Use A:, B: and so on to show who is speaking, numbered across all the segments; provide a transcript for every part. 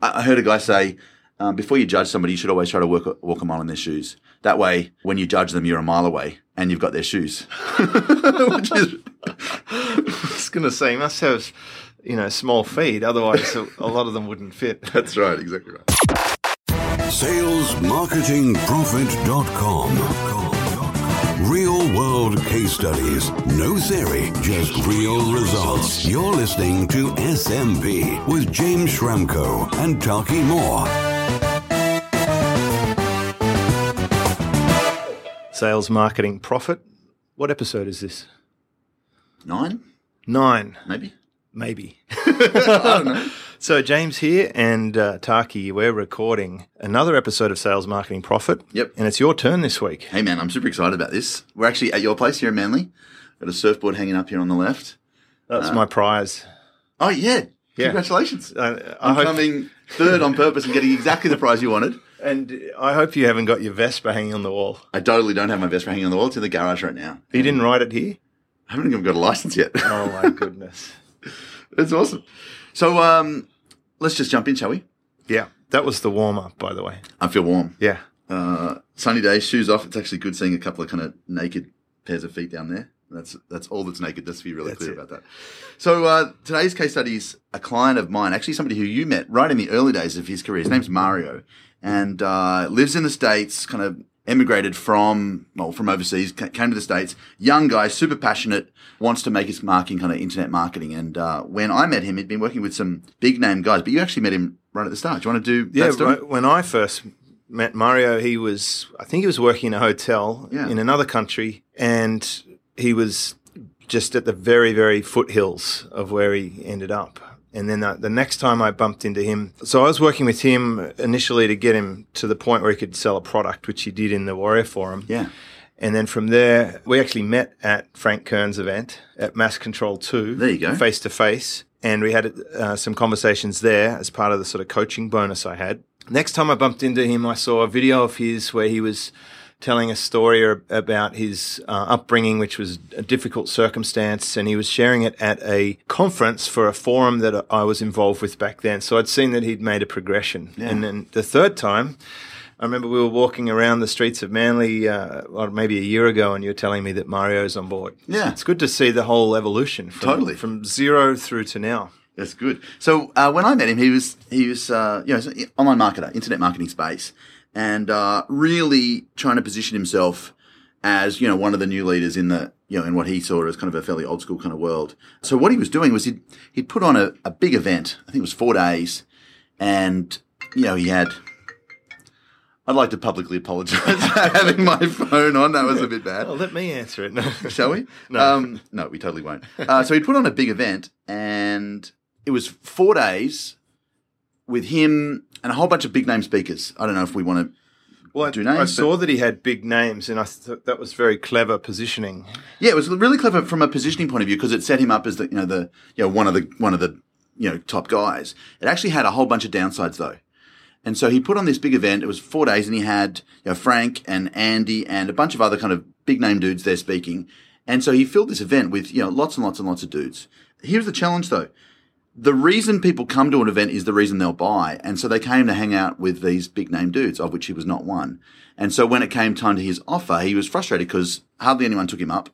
A: I I heard a guy say, um, before you judge somebody, you should always try to work, walk a mile in their shoes. That way, when you judge them, you're a mile away and you've got their shoes. Which is,
B: I was going to say, you must have, you know, small feet. Otherwise, a, a lot of them wouldn't fit.
A: that's right, exactly right.
C: SalesMarketingProfit.com. Real world case studies. No theory, just real results. You're listening to SMP with James Shramko and Taki Moore.
B: Sales, marketing, profit. What episode is this?
A: Nine,
B: Nine,
A: maybe?
B: maybe.
A: I don't know.
B: So, James here and uh, Taki, we're recording another episode of Sales, Marketing, Profit.
A: Yep.
B: And it's your turn this week.
A: Hey, man, I'm super excited about this. We're actually at your place here in Manly. Got a surfboard hanging up here on the left.
B: That's my prize.
A: Oh, yeah.
B: Yeah.
A: Congratulations.
B: I, I
A: I'm
B: hope,
A: coming third on purpose and getting exactly the prize you wanted.
B: and I hope you haven't got your Vespa hanging on the wall.
A: I totally don't have my Vespa hanging on the wall. It's in the garage right now.
B: You didn't write it here?
A: I haven't even got a license yet.
B: Mm. Oh, my goodness.
A: That's awesome. So um, let's just jump in, shall we?
B: yeah. That was the warm up, by the way.
A: I feel warm.
B: Yeah.
A: Uh, sunny day, shoes off. It's actually good seeing a couple of kind of naked pairs of feet down there. That's that's all that's naked. Let's be really
B: That's
A: clear
B: it.
A: about that. So uh, today's case study is a client of mine, actually somebody who you met right in the early days of his career. His name's Mario, and uh, lives in the states. Kind of emigrated from well from overseas, ca- came to the states. Young guy, super passionate, wants to make his mark in kind of internet marketing. And uh, when I met him, he'd been working with some big name guys. But you actually met him right at the start. Do you want to do
B: Yeah,
A: that story?
B: right, when I first met Mario, he was I think he was working in a hotel
A: Yeah.
B: in another country, and he was just at the very very foothills of where he ended up. And then the, the next time I bumped into him, so I was working with him initially to get him to the point where he could sell a product, which he did in the Warrior Forum.
A: Yeah.
B: And then from there, we actually met at Frank Kern's event at Mass Control 2.
A: There you go.
B: Face to face. And we had uh, some conversations there as part of the sort of coaching bonus I had. Next time I bumped into him, I saw a video of his where he was telling a story ab- about his uh, upbringing, which was a difficult circumstance. And he was sharing it at a conference for a forum that I was involved with back then. So I'd seen that he'd made a progression. And then the third time, I remember we were walking around the streets of Manly, uh, well, maybe a year ago, and you were telling me that Mario's on board.
A: Yeah.
B: it's good to see the whole evolution from,
A: Totally.
B: from zero through to now.
A: That's good. So uh, when I met him, he was he was uh, you know he's an online marketer, internet marketing space, and uh, really trying to position himself as you know one of the new leaders in the you know in what he saw as kind of a fairly old school kind of world. So what he was doing was he'd he'd put on a, a big event. I think it was four days, and you know he had. I'd like to publicly apologise for having my phone on. That was a bit bad
B: Oh, let me answer it. No.
A: shall we? no. Um, no, we totally won't. Uh, so he put on a big event, and it was four days with him and a whole bunch of big name speakers. I don't know if we want to.
B: well, I,
A: do names,
B: I saw that he had big names, and I thought that was very clever positioning.
A: Yeah, it was really clever from a positioning point of view because it set him up as the you know the you know one of the one of the you know top guys. It actually had a whole bunch of downsides though. And so he put on this big event. It was four days, and he had you know, Frank and Andy and a bunch of other kind of big name dudes there speaking. And so he filled this event with you know lots and lots and lots of dudes. Here's the challenge though: the reason people come to an event is the reason they'll buy, and so they came to hang out with these big name dudes, of which he was not one. And so when it came time to his offer, he was frustrated because hardly anyone took him up.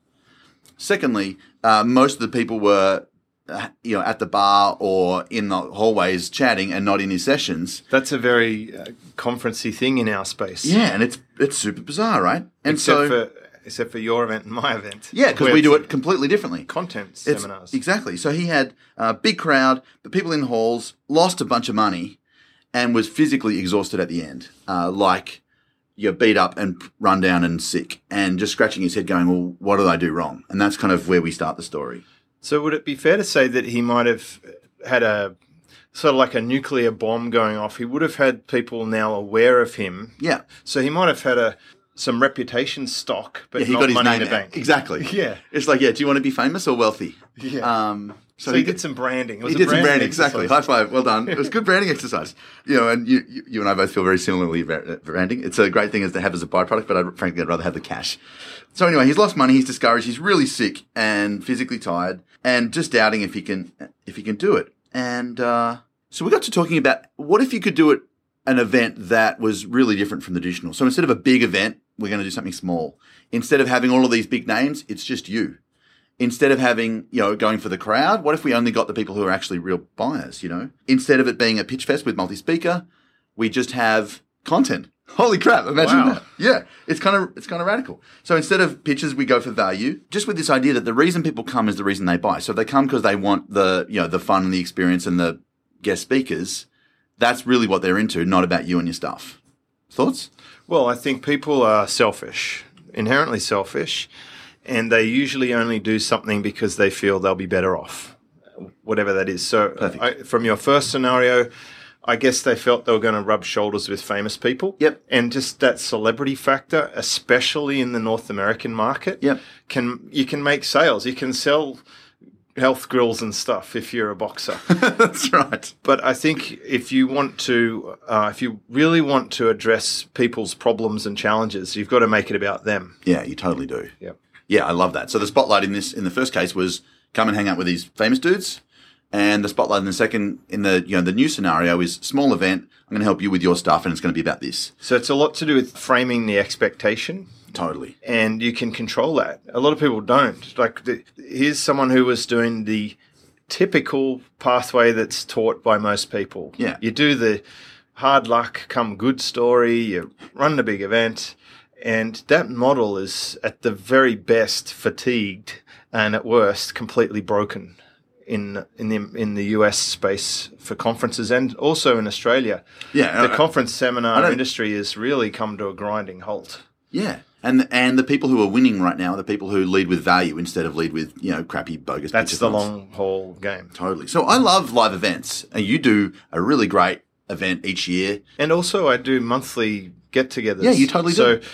A: Secondly, uh, most of the people were, uh, you know, at the bar or in the hallways chatting and not in his sessions.
B: That's a very uh, conferencey thing in our space.
A: Yeah, and it's it's super bizarre, right? And
B: except
A: so
B: for except for your event and my event.
A: yeah, because
B: where
A: we do
B: it's
A: it completely differently.
B: content
A: It's-
B: seminars.
A: Exactly. So he had a big crowd, but people in halls, lost a bunch of money, and was physically exhausted at the end. Uh, like, you're beat up and run down and sick, and just scratching his head, going, Well, what did I do wrong? And that's kind of where we start the story.
B: So would it be fair to say that he might have had a sort of like a nuclear bomb going off? He would have had people now aware of him.
A: Yeah.
B: So he might have had a some reputation stock, but
A: Yeah, he
B: not
A: got his
B: money
A: name
B: in the
A: out.
B: bank.
A: Exactly.
B: Yeah.
A: It's like, yeah, do you want to be famous or wealthy?
B: Yeah.
A: Um,
B: So, he did some branding. It was
A: He
B: a
A: did some branding,
B: exercise.
A: exactly. High five, well done. It was a good branding exercise. You know, and you, you, you and I both feel very similarly about branding. It's a great thing as to have as a byproduct, but I'd, frankly, I'd rather have the cash. So anyway, he's lost money, he's discouraged, he's really sick and physically tired, and just doubting if he can if he can do it. And uh, So we got to talking about what if you could do it an event that was really different from the traditional. So instead of a big event, we're going to do something small. Instead of having all of these big names, it's just you. Instead of having, you know, going for the crowd, what if we only got the people who are actually real buyers, you know? Instead of it being a pitch fest with multi speaker, we just have content. Holy crap, imagine
B: Wow.
A: that. Yeah, it's kind of it's kind of radical. So instead of pitches, we go for value, just with this idea that the reason people come is the reason they buy. So if they come because they want the you know the fun and the experience and the guest speakers, that's really what they're into, not about you and your stuff. Thoughts?
B: Well, I think people are selfish, inherently selfish, and they usually only do something because they feel they'll be better off, whatever that is. So, I, from your first scenario, I guess they felt they were going to rub shoulders with famous people.
A: Yep.
B: And just that celebrity factor, especially in the North American market,
A: Yep.
B: can you can make sales. You can sell health grills and stuff if you're a boxer.
A: that's right.
B: But I think if you want to, uh, if you really want to address people's problems and challenges, you've got to make it about them.
A: Yeah, you totally do.
B: Yep.
A: Yeah, I love that. So the spotlight in this in the first case was come and hang out with these famous dudes, and the spotlight in the second in the you know the new scenario is small event. I'm going to help you with your stuff, and it's going to be about this.
B: So it's a lot to do with framing the expectation,
A: Totally.
B: and you can control that. A lot of people don't. Like, the, here's someone who was doing the typical pathway that's taught by most people.
A: Yeah.
B: You do the hard luck come good story, you run the big event, and that model is at the very best fatigued and at worst completely broken in in the in the US space for conferences and also in Australia.
A: Yeah, uh,
B: The
A: I-
B: conference
A: I
B: seminar
A: don't-
B: industry has really come to a grinding halt.
A: Yeah. And and the people who are winning right now are the people who lead with value instead of lead with you know crappy bogus.
B: That's the
A: pitchathons.
B: long haul game.
A: Totally. So I love live events. And you do a really great event each year.
B: And also, I do monthly get-togethers.
A: Yeah, you totally
B: so,
A: do.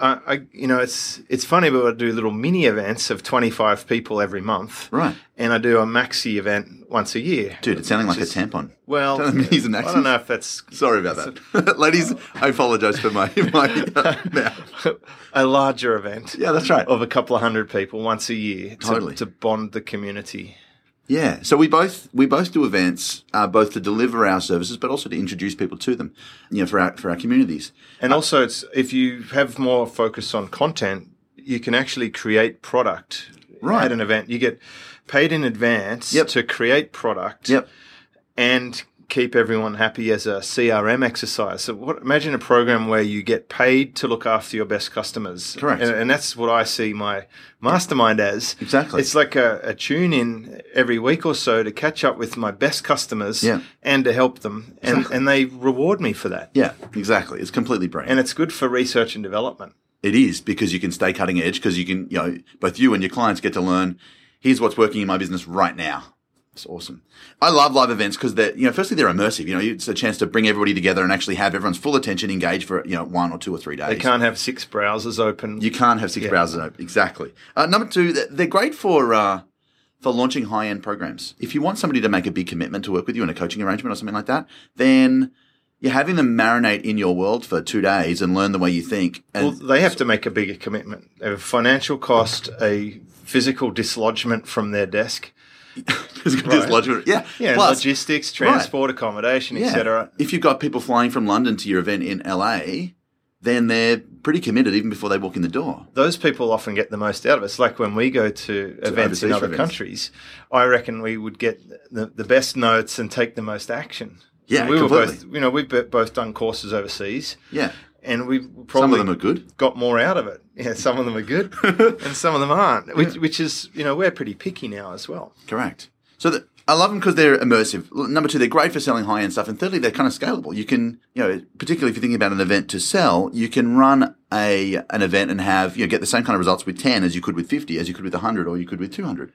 B: I, I, you know, it's it's funny, but I do little mini events of twenty-five people every month,
A: Right.
B: And I do a maxi event once a year.
A: Dude, it's sounding like a tampon.
B: Well,
A: Tell me he's an
B: I
A: accent.
B: don't know if that's.
A: Sorry about that. Ladies, I apologize for my, my mouth.
B: a larger event.
A: Yeah, that's right.
B: Of a couple of hundred people once a year to-
A: Totally.
B: to bond the community.
A: Yeah. So we both we both do events uh, both to deliver our services but also to introduce people to them, you know, for our for our communities.
B: And also, it's if you have more focus on content, you can actually create product
A: Right.
B: at an event. You get paid in advance
A: Yep.
B: to create product
A: Yep.
B: and keep everyone happy as a CRM exercise. So, what, imagine a program where you get paid to look after your best customers.
A: Correct.
B: And, and that's what I see my mastermind as.
A: Exactly.
B: It's like a, a tune in every week or so to catch up with my best customers
A: Yeah.
B: and to help them. And, and they reward me for that.
A: Yeah, exactly. It's completely brand.
B: And it's good for research and development.
A: It is because you can stay cutting edge because you can, you know, both you and your clients get to learn. Here's what's working in my business right now. It's awesome. I love live events because they're, you know, firstly they're immersive. You know, it's a chance to bring everybody together and actually have everyone's full attention engaged for you know one or two or three days.
B: They can't have six browsers open.
A: You can't have six browsers open. Exactly. Uh, number two, th- they're great for uh, for launching high end programs. If you want somebody to make a big commitment to work with you in a coaching arrangement or something like that, then you're having them marinate in your world for two days and learn the way you think. And
B: well, they have to make a bigger commitment. They have a financial cost, a physical dislodgement from their desk.
A: It's got this
B: Right.
A: logical- Yeah.
B: Yeah,
A: Plus,
B: logistics, transport, accommodation,
A: yeah,
B: etc.
A: If you've got people flying from London to your event in LA, then they're pretty committed even before they walk in the door.
B: Those people often get the most out of us. Like when we go to events in
A: overseas
B: other
A: events.
B: countries, I reckon we would get the, the best notes and take the most action.
A: Yeah,
B: we were both,
A: completely.
B: you know, we've bo- both done courses overseas,
A: Yeah.
B: and we probably
A: Some of them are good.
B: got more out of it. Yeah, some of them are good, and some of them aren't. Which, which is, you know, we're pretty picky now as well.
A: Correct. So the, I love them because they're immersive. L- Number two, they're great for selling high end stuff. And thirdly, they're kind of scalable. You can, you know, particularly if you're thinking about an event to sell, you can run a an event and have, you know, get the same kind of results with 10 as you could with 50, as you could with 100, or you could with 200.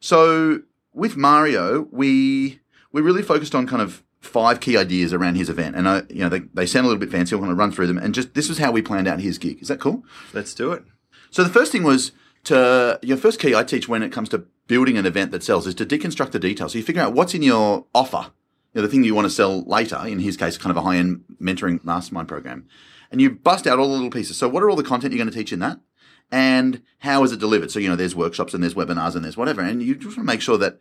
A: So with Mario, we we really focused on kind of five key ideas around his event, and I, you know they, they sound a little bit fancy. I'm going to run through them, and just this is how we planned out his gig. Is that cool?
B: Let's do it.
A: So the first thing was to your first key I teach when it comes to building an event that sells is to deconstruct the details. So you figure out what's in your offer, you know, the thing you want to sell later. In his case, kind of a high end mentoring mastermind program, and you bust out all the little pieces. So what are all the content you're going to teach in that? And how is it delivered? So, you know, there's workshops and there's webinars and there's whatever. And you just want to make sure that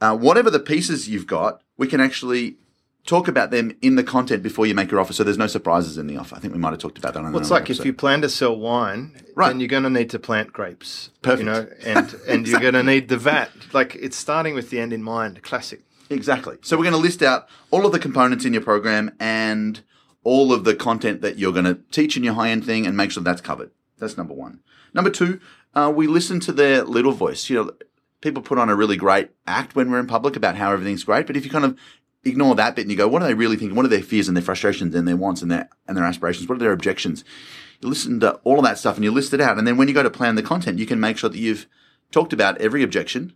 A: uh, whatever the pieces you've got, we can actually talk about them in the content before you make your offer. So there's no surprises in the offer. I think we might have talked about that. On
B: Well, it's
A: another
B: like if
A: episode.
B: you plan to sell wine,
A: Right.
B: then you're going to need to plant grapes.
A: Perfect.
B: You know, and and you're going to need the vat. Like it's starting with the end in mind. Classic.
A: Exactly. So we're going to list out all of the components in your program and all of the content that you're going to teach in your high end thing and make sure that's covered. That's number one. Number two, uh, we listen to their little voice. You know, people put on a really great act when we're in public about how everything's great, but if you kind of ignore that bit and you go, what are they really thinking? What are their fears and their frustrations and their wants and their and their aspirations? What are their objections? You listen to all of that stuff and you list it out, and then when you go to plan the content, you can make sure that you've talked about every objection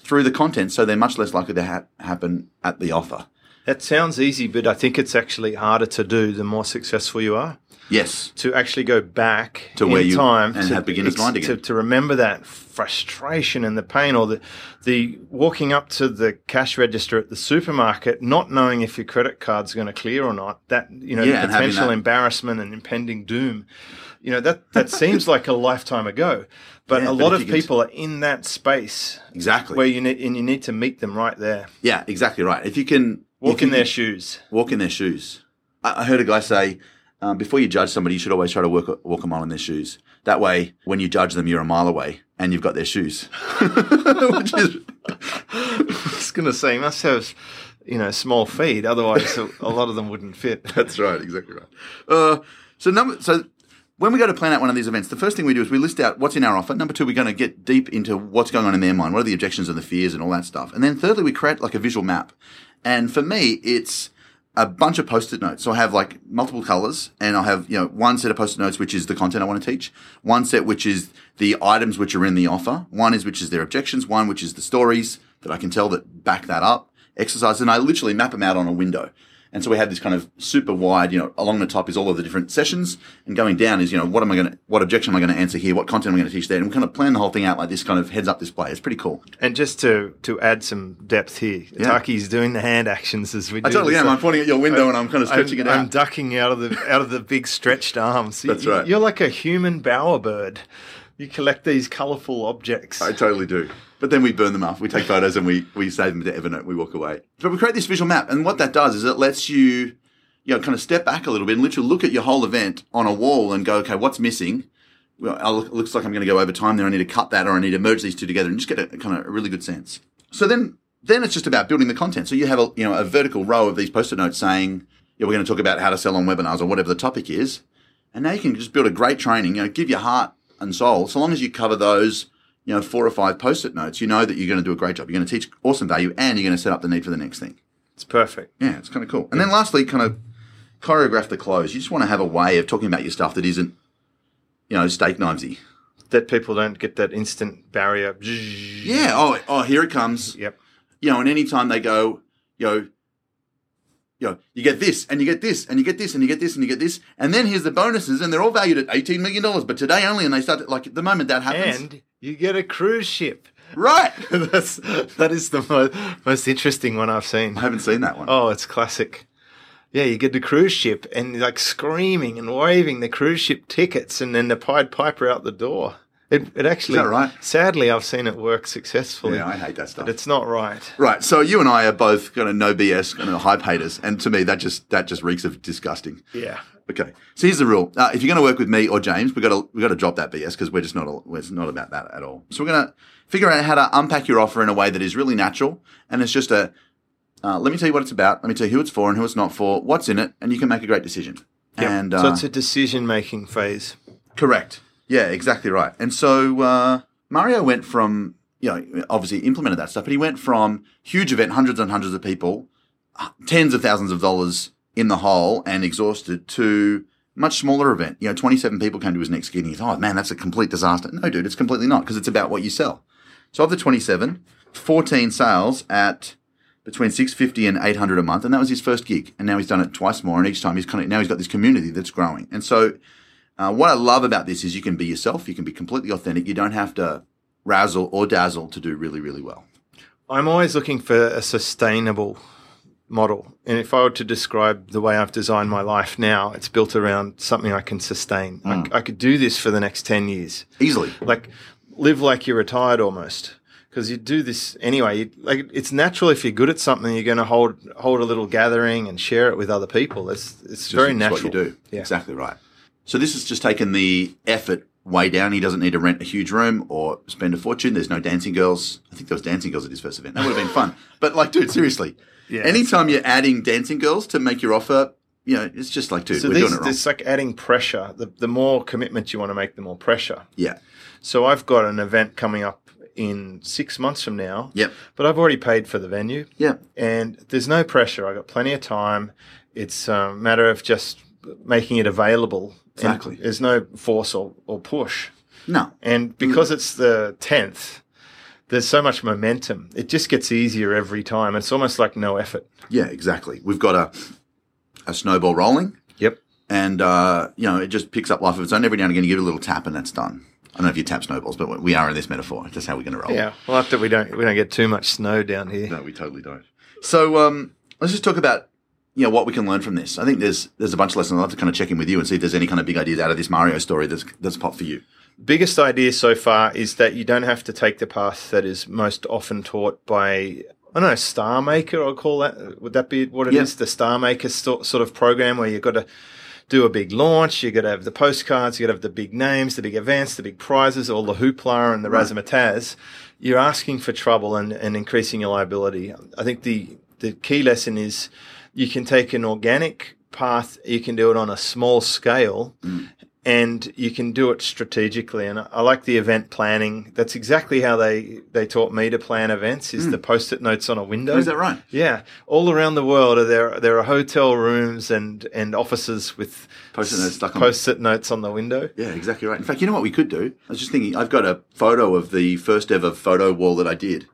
A: through the content, so they're much less likely to ha- happen at the offer.
B: That sounds easy, but I think it's actually harder to do the more successful you are.
A: Yes,
B: To actually go back
A: To
B: in
A: where you-
B: time
A: and
B: to
A: have beginner's mind again.
B: To, to remember that frustration and the pain, or the the walking up to the cash register at the supermarket, not knowing if your credit card's going to clear or not. That you know,
A: Yeah,
B: the
A: and having
B: potential
A: that-
B: embarrassment and impending doom. You know that that seems like a lifetime ago, but
A: Yeah,
B: a
A: but if
B: lot of
A: you can-
B: people are in that space
A: exactly.
B: where you need and you need to meet them right there,
A: yeah, exactly right. If you can
B: walk
A: if you
B: in their
A: can
B: shoes.
A: walk in their shoes. I, I heard a guy say, um, before you judge somebody, you should always try to work, walk a mile in their shoes. That way, when you judge them, you're a mile away and you've got their shoes. Which is
B: I was going to say, you must have, you know, small feet. Otherwise, a, a lot of them wouldn't fit.
A: That's right, exactly right. Uh, so number so when we go to plan out one of these events, the first thing we do is we list out what's in our offer. Number two, we're going to get deep into what's going on in their mind, what are the objections and the fears and all that stuff. And then thirdly, we create like a visual map. And for me, it's a bunch of post-it notes. So I have like multiple colors and I'll have, you know, one set of post-it notes, which is the content I want to teach, one set, which is the items which are in the offer, one is, which is their objections, one, which is the stories that I can tell that back that up exercise. And I literally map them out on a window. And so we have this kind of super wide, you know, along the top is all of the different sessions and going down is, you know, what am I going to, what objection am I going to answer here? What content am I going to teach there? And we kind of plan the whole thing out like this kind of heads up display. It's pretty cool.
B: And just to to add some depth here,
A: Yeah.
B: Taki's doing the hand actions as we do.
A: I totally
B: this.
A: am. I'm pointing at your window and I'm kind of
B: I'm-
A: stretching it
B: I'm
A: out.
B: ducking out of the out of the big stretched arms.
A: That's
B: You-
A: right.
B: You're like a human bowerbird. You collect these colourful objects.
A: I totally do. But then we burn them off. We take photos and we, we save them to Evernote. We walk away. But we create this visual map. And what that does is it lets you, you know, kind of step back a little bit and literally look at your whole event on a wall and go, okay, what's missing? Well, I look- it looks like I'm going to go over time there. I need to cut that or I need to merge these two together and just get a kind of a really good sense. So then, then it's just about building the content. So you have a, you know, a vertical row of these post-it notes saying, yeah, we're going to talk about how to sell on webinars or whatever the topic is. And now you can just build a great training, you know, give your heart and soul. So long as you cover those, you know, four or five post-it notes, you know that you're going to do a great job. You're going to teach awesome value and you're going to set up the need for the next thing.
B: It's perfect.
A: Yeah, it's kind of cool. And then lastly, kind of choreograph the close. You just want to have a way of talking about your stuff that isn't, you know, steak knivesy.
B: That people don't get that instant barrier.
A: Yeah. Oh, oh, here it comes.
B: Yep.
A: you know, and anytime they go, you know, you know, you get this and you get this and you get this and you get this and you get this, and then here's the bonuses, and they're all valued at eighteen million dollars, but today only, and they start to, like the moment that happens,
B: And you get a cruise ship.
A: right?
B: That's that is the most, most interesting one I've seen.
A: I haven't seen that one.
B: Oh, it's classic. Yeah, you get the cruise ship and like screaming and waving the cruise ship tickets and then the Pied Piper out the door. It, it actually,
A: that right?
B: sadly, I've seen it work successfully.
A: yeah, I hate that stuff.
B: but it's not right.
A: Right, so you and I are both kind of no BS kind of hype haters, and to me that just that just reeks of disgusting.
B: Yeah.
A: Okay, so here's the rule: uh, if you're going to work with me or James, we got to we got to drop that BS because we're just not all, it's not about that at all. So we're going to figure out how to unpack your offer in a way that is really natural, and it's just a uh, let me tell you what it's about, let me tell you who it's for and who it's not for, what's in it, and you can make a great decision. And uh,
B: so it's a decision making phase.
A: Correct. Yeah, exactly right. And so uh, Mario went from, you know, obviously implemented that stuff, but he went from huge event, hundreds and hundreds of people, h- tens of thousands of dollars in the hole and exhausted to much smaller event. You know, 27 people came to his next gig and he thought, oh man, that's a complete disaster. No, dude, it's completely not because it's about what you sell. So of the 27, 14 sales at between 650 and 800 a month. And that was his first gig. And now he's done it twice more. And each time he's kind of, now he's got this community that's growing. And so uh, what I love about this is you can be yourself. You can be completely authentic. You don't have to razzle or dazzle to do really, really well.
B: I'm always looking for a sustainable model. And if I were to describe the way I've designed my life now, it's built around something I can sustain.
A: Hmm.
B: I c I I could do this for the next 10 years.
A: Easily.
B: like live like you're retired almost because you do this anyway. You, like it's natural if you're good at something, you're going to hold hold a little gathering and share it with other people. It's it's
A: Just-
B: very
A: it's
B: natural.
A: what you do.
B: Yeah.
A: Exactly right. So this has just taken the effort way down. He doesn't need to rent a huge room or spend a fortune. There's no dancing girls. I think there was dancing girls at his first event. That would have been fun. But like, dude, seriously.
B: Yeah.
A: anytime you're adding dancing girls to make your offer, you know, it's just like, dude,
B: So
A: we're
B: these,
A: doing it wrong.
B: it's like adding pressure. The, the more commitment you want to make, the more pressure.
A: yeah.
B: So I've got an event coming up in six months from now.
A: Yep.
B: But I've already paid for the venue.
A: Yeah.
B: And there's no pressure. I've got plenty of time. It's a matter of just making it available. And
A: Exactly.
B: there's no force or, or push.
A: No.
B: And because it's the 10th, there's so much momentum. It just gets easier every time. It's almost like no effort.
A: Yeah, exactly. We've got a a snowball rolling,
B: Yep.
A: and uh, you know, it just picks up life of its own. Every now and again, you give it a little tap, and that's done. I don't know if you tap snowballs, but we are in this metaphor. That's how we're going to roll.
B: Yeah. Well, after we don't we don't get too much snow down here.
A: No, we totally don't. So um, let's just talk about you know what we can learn from this. I think there's there's a bunch of lessons. I'd love to kind of check in with you and see if there's any kind of big ideas out of this Mario story that's that's popped for you.
B: biggest idea so far is that you don't have to take the path that is most often taught by I don't know Star Maker. I'll call that. Would that be what it is?
A: Yeah.
B: The Star Maker sto- sort of program where you've got to do a big launch. You've got to have the postcards. You've got to have the big names, the big events, the big prizes, all the hoopla and the razzmatazz. You're asking for trouble and, and increasing your liability. I think the the key lesson is you can take an organic path. You can do it on a small scale and you can do it strategically. And I- I like the event planning. That's exactly how they they taught me to plan events: is the post-it notes on a window.
A: Is that right?
B: Yeah, all around the world are there there are hotel rooms and and offices with
A: Post-it notes stuck on-
B: post-it notes on the window.
A: Yeah, exactly right. In fact, you know what we could do? I was just thinking, I've got a photo of the first ever photo wall that I did.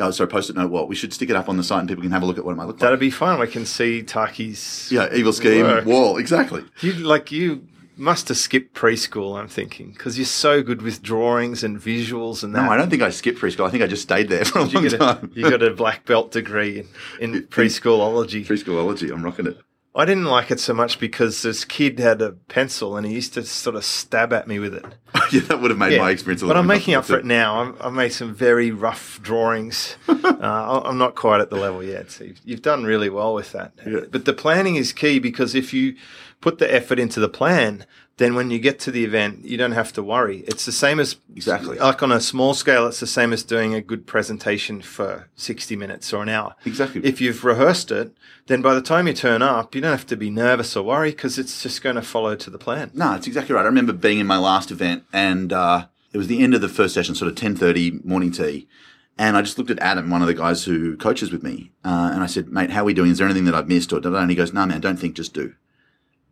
A: Oh, sorry, post-it note wall. We should stick it up on the site and people can have a look at what it might look like.
B: That'd be fun. We can see Taki's.
A: yeah, evil scheme
B: Work.
A: wall. Exactly.
B: You like you must have skipped preschool. I'm thinking because you're so good with drawings and visuals and that.
A: No, I don't think I skipped preschool. I think I just stayed there for a long
B: Uh, You got, a,
A: time.
B: you got a black belt degree in, in preschoolology.
A: Preschoolology. I'm rocking it.
B: I didn't like it so much because this kid had a pencil and he used to sort of stab at me with it.
A: yeah, that would have made my experience. a
B: but
A: lot
B: I'm
A: more
B: making up for it
A: complicated.
B: now. I'm, I made some very rough drawings. uh, I- I'm not quite at the level yet. So you've, you've done really well with that.
A: Yeah.
B: But the planning is key because if you put the effort into the plan, then when you get to the event, you don't have to worry. It's the same as
A: Exactly.
B: like on a small scale. It's the same as doing a good presentation for 60 minutes or an hour.
A: Exactly.
B: If you've rehearsed it, then by the time you turn up, you don't have to be nervous or worry because it's just going to follow to the plan.
A: No, it's exactly right. I remember being in my last event, and uh, it was the end of the first session, sort of ten thirty morning tea, and I just looked at Adam, one of the guys who coaches with me, uh, and I said, "Mate, how are we doing? Is there anything that I've missed?" Or da-da?" and he goes, "No, man, don't think, just do."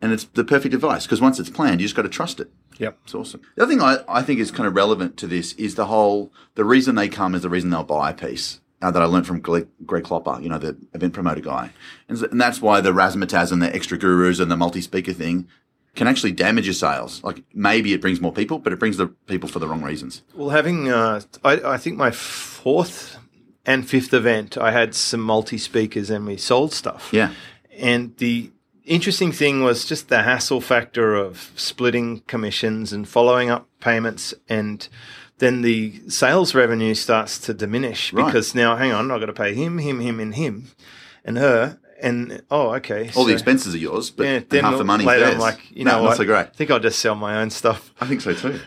A: And it's the perfect advice because once it's planned, you just got to trust it.
B: Yep.
A: It's awesome. The other thing I, I think is kind of relevant to this is the whole the reason they come is the reason they'll buy piece uh, that I learned from Greg, Greg Klopper, you know, the event promoter guy. And, so- and that's why the razzmatazz and the extra gurus and the multi speaker thing can actually damage your sales. Like maybe it brings more people, but it brings the people for the wrong reasons.
B: Well, having, uh, I, I think my fourth and fifth event, I had some multi speakers and we sold stuff.
A: Yeah.
B: And the interesting thing was just the hassle factor of splitting commissions and following up payments and then the sales revenue starts to diminish
A: Right.
B: because now hang on, I've got to pay him, him, him, and him and her. And oh, okay.
A: All the
B: so-
A: expenses are yours, but
B: Yeah,
A: and half the money
B: later
A: theirs.
B: I'm like, you
A: No,
B: know
A: not
B: what?
A: so great.
B: I think I'll just sell my own stuff.
A: I think so too.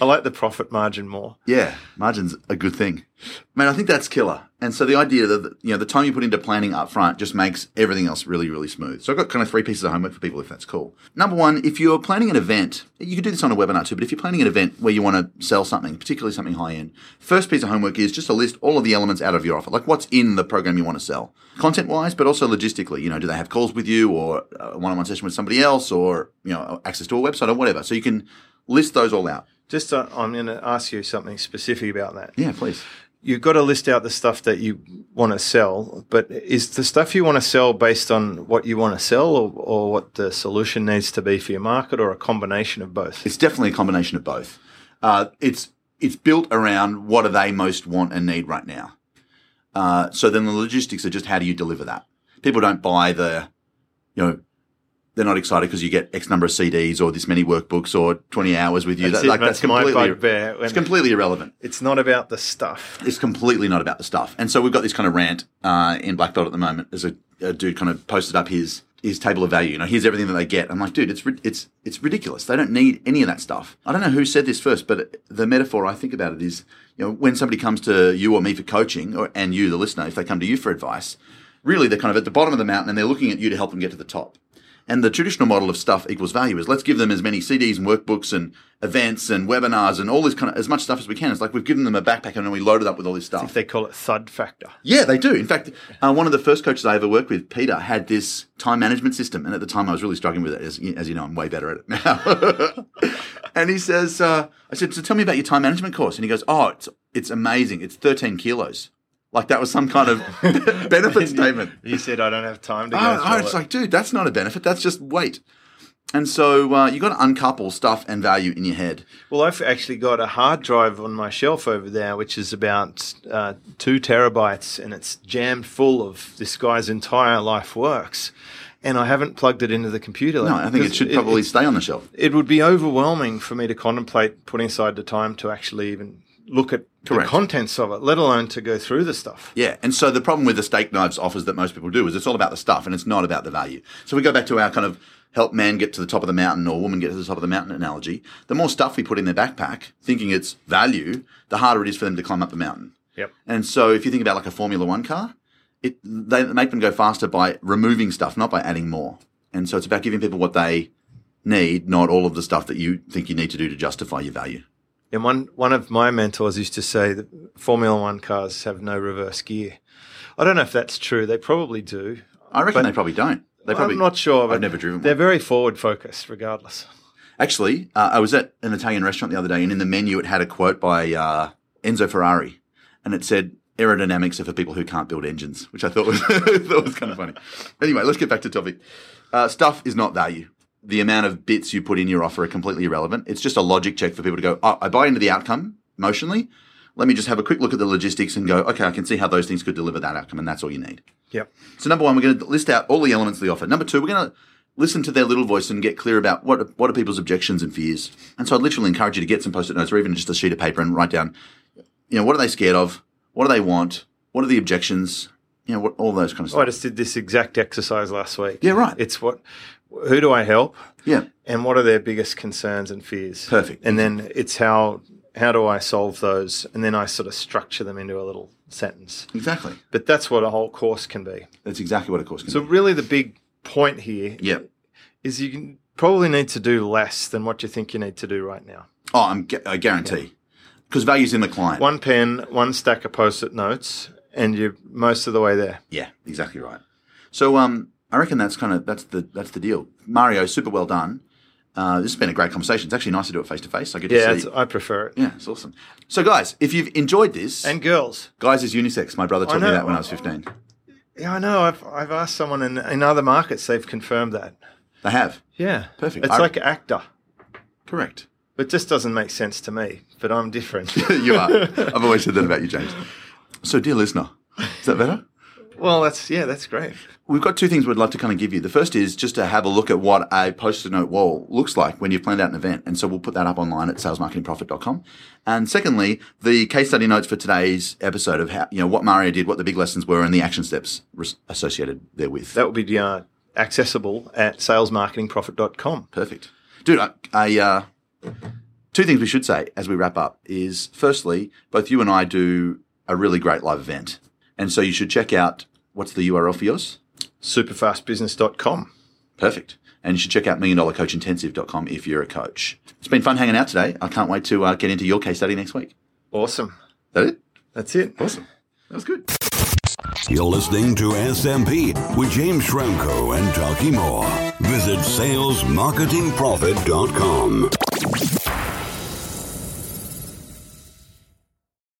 B: I like the profit margin more.
A: Yeah, margin's a good thing. Man, I think that's killer. And so the idea that you know the time you put into planning up front just makes everything else really, really smooth. So I've got kind of three pieces of homework for people if that's cool. Number one, if you're planning an event, you could do this on a webinar too, but if you're planning an event where you want to sell something, particularly something high end, first piece of homework is just to list all of the elements out of your offer, like what's in the program you want to sell, content wise, but also logistically. You know, do they have calls with you or a one on one session with somebody else or you know access to a website or whatever? So you can list those all out.
B: Just, uh, I'm going to ask you something specific about that.
A: Yeah, please.
B: You've got to list out the stuff that you want to sell, but is the stuff you want to sell based on what you want to sell or, or what the solution needs to be for your market or a combination of both?
A: It's definitely a combination of both. Uh, it's it's built around what do they most want and need right now. Uh, so then the logistics are just how do you deliver that? People don't buy the, you know, they're not excited because you get X number of CDs or this many workbooks or 20 hours with you.
B: That's
A: That-
B: it,
A: like,
B: that's
A: that's
B: my
A: completely,
B: bugbear when-
A: it's completely irrelevant.
B: It's not about the stuff.
A: It's completely not about the stuff. And so we've got this kind of rant uh, in Black Belt at the moment. There's a, a dude kind of posted up his his table of value. You know, here's everything that they get. I'm like, dude, it's rid- it's it's ridiculous. They don't need any of that stuff. I don't know who said this first, but the metaphor I think about it is, you know, when somebody comes to you or me for coaching, or and you, the listener, if they come to you for advice, really they're kind of at the bottom of the mountain and they're looking at you to help them get to the top. And the traditional model of stuff equals value is let's give them as many CDs and workbooks and events and webinars and all this kind of as much stuff as we can. It's like we've given them a backpack and then we load it up with all this stuff.
B: They call it thud factor.
A: Yeah, they do. In fact, uh, one of the first coaches I ever worked with, Peter, had this time management system. And at the time, I was really struggling with it. As, as you know, I'm way better at it now. and he says, uh, I said, So tell me about your time management course. And he goes, Oh, it's, it's amazing. It's 13 kilos. Like that was some kind of benefit statement.
B: You said I don't have time to go.
A: Oh,
B: through
A: oh, it's
B: it."
A: like, dude, that's not a benefit. That's just weight. And so uh, you got to uncouple stuff and value in your head.
B: Well, I've actually got a hard drive on my shelf over there, which is about uh, two terabytes, and it's jammed full of this guy's entire life works. And I haven't plugged it into the computer.
A: No, I think it should probably stay on the shelf.
B: it would be overwhelming for me to contemplate putting aside the time to actually even look at
A: Correct.
B: the contents of it, let alone to go through the stuff.
A: Yeah, and so the problem with the steak knives offers that most people do is it's all about the stuff and it's not about the value. So we go back to our kind of help man get to the top of the mountain or woman get to the top of the mountain analogy. The more stuff we put in their backpack, thinking it's value, the harder it is for them to climb up the mountain.
B: Yep.
A: And so if you think about like a Formula One car, it they make them go faster by removing stuff, not by adding more. And so it's about giving people what they need, not all of the stuff that you think you need to do to justify your value.
B: And one, one of my mentors used to say that Formula One cars have no reverse gear. I don't know if that's true. They probably do.
A: I reckon
B: But-
A: they probably don't. They probably
B: I'm not sure. But
A: never driven one.
B: They're very forward focused, regardless.
A: Actually, uh, I was at an Italian restaurant the other day, and in the menu it had a quote by uh, Enzo Ferrari, and it said, "Aerodynamics are for people who can't build engines," which I thought was thought was kind of funny. Anyway, let's get back to topic. Uh, stuff is not value. The amount of bits you put in your offer are completely irrelevant. It's just a logic check for people to go, oh, "I buy into the outcome emotionally." Let me just have a quick look at the logistics and go, okay, I can see how those things could deliver that outcome, and that's all you need.
B: Yep.
A: So number one, we're going to list out all the elements of the offer. Number two, we're going to listen to their little voice and get clear about what what are people's objections and fears. And so I'd literally encourage you to get some post-it notes or even just a sheet of paper and write down, you know, what are they scared of? What do they want? What are the objections? You know, what, all those kind of
B: I
A: stuff.
B: just did this exact exercise last week.
A: Yeah, right.
B: It's what, who do I help,
A: Yeah,
B: and what are their biggest concerns and fears?
A: Perfect.
B: And then it's how how do I solve those, and then I sort of structure them into a little sentence.
A: exactly.
B: But that's what a whole course can be.
A: That's exactly what a course can
B: So
A: be.
B: really, the big point here is
A: Yeah.
B: you can probably need to do less than what you think you need to do right now.
A: Oh, I'm, gu- I guarantee. Because value's in the client.
B: One pen, one stack of post-it notes, and you're most of the way there.
A: Yeah, exactly right. So um, I reckon that's kind of that's the that's the deal. Mario, super well done. Uh, this has been a great conversation. It's actually nice to do it face to face. I get
B: Yeah,
A: to
B: it's,
A: see.
B: I prefer it.
A: Yeah, it's awesome. So guys, if you've enjoyed this,
B: And girls.
A: guys is unisex. My brother taught me
B: know.
A: that when I was fifteen.
B: Yeah, I know. I've, I've asked someone in, in other markets, they've confirmed that.
A: They have
B: Yeah.
A: Perfect.
B: It's
A: I-
B: like actor.
A: correct.
B: It just doesn't make sense to me, but I'm different.
A: you are. I've always said that about you, James. So dear listener, is that better?
B: well, that's, yeah, that's great.
A: We've got two things we'd love to kind of give you. The first is just to have a look at what a post-it note wall looks like when you've planned out an event. And so we'll put that up online at salesmarketingprofit.com. And secondly, the case study notes for today's episode of how, you know, what Mario did, what the big lessons were and the action steps res- associated therewith.
B: That will be uh, accessible at salesmarketingprofit.com.
A: Perfect. Dude, I, I uh, two things we should say as we wrap up is firstly, both you and I do a really great live event. And so you should check out what's the URL for yours?
B: Superfastbusiness.com.
A: Perfect. And you should check out milliondollarcoachintensive.com if you're a coach. It's been fun hanging out today. I can't wait to uh, get into your case study next week.
B: Awesome.
A: That it?
B: That's it.
A: Awesome. That was good.
C: You're listening to SMP with James Shramko and Talkie Moore. Visit salesmarketingprofit.com.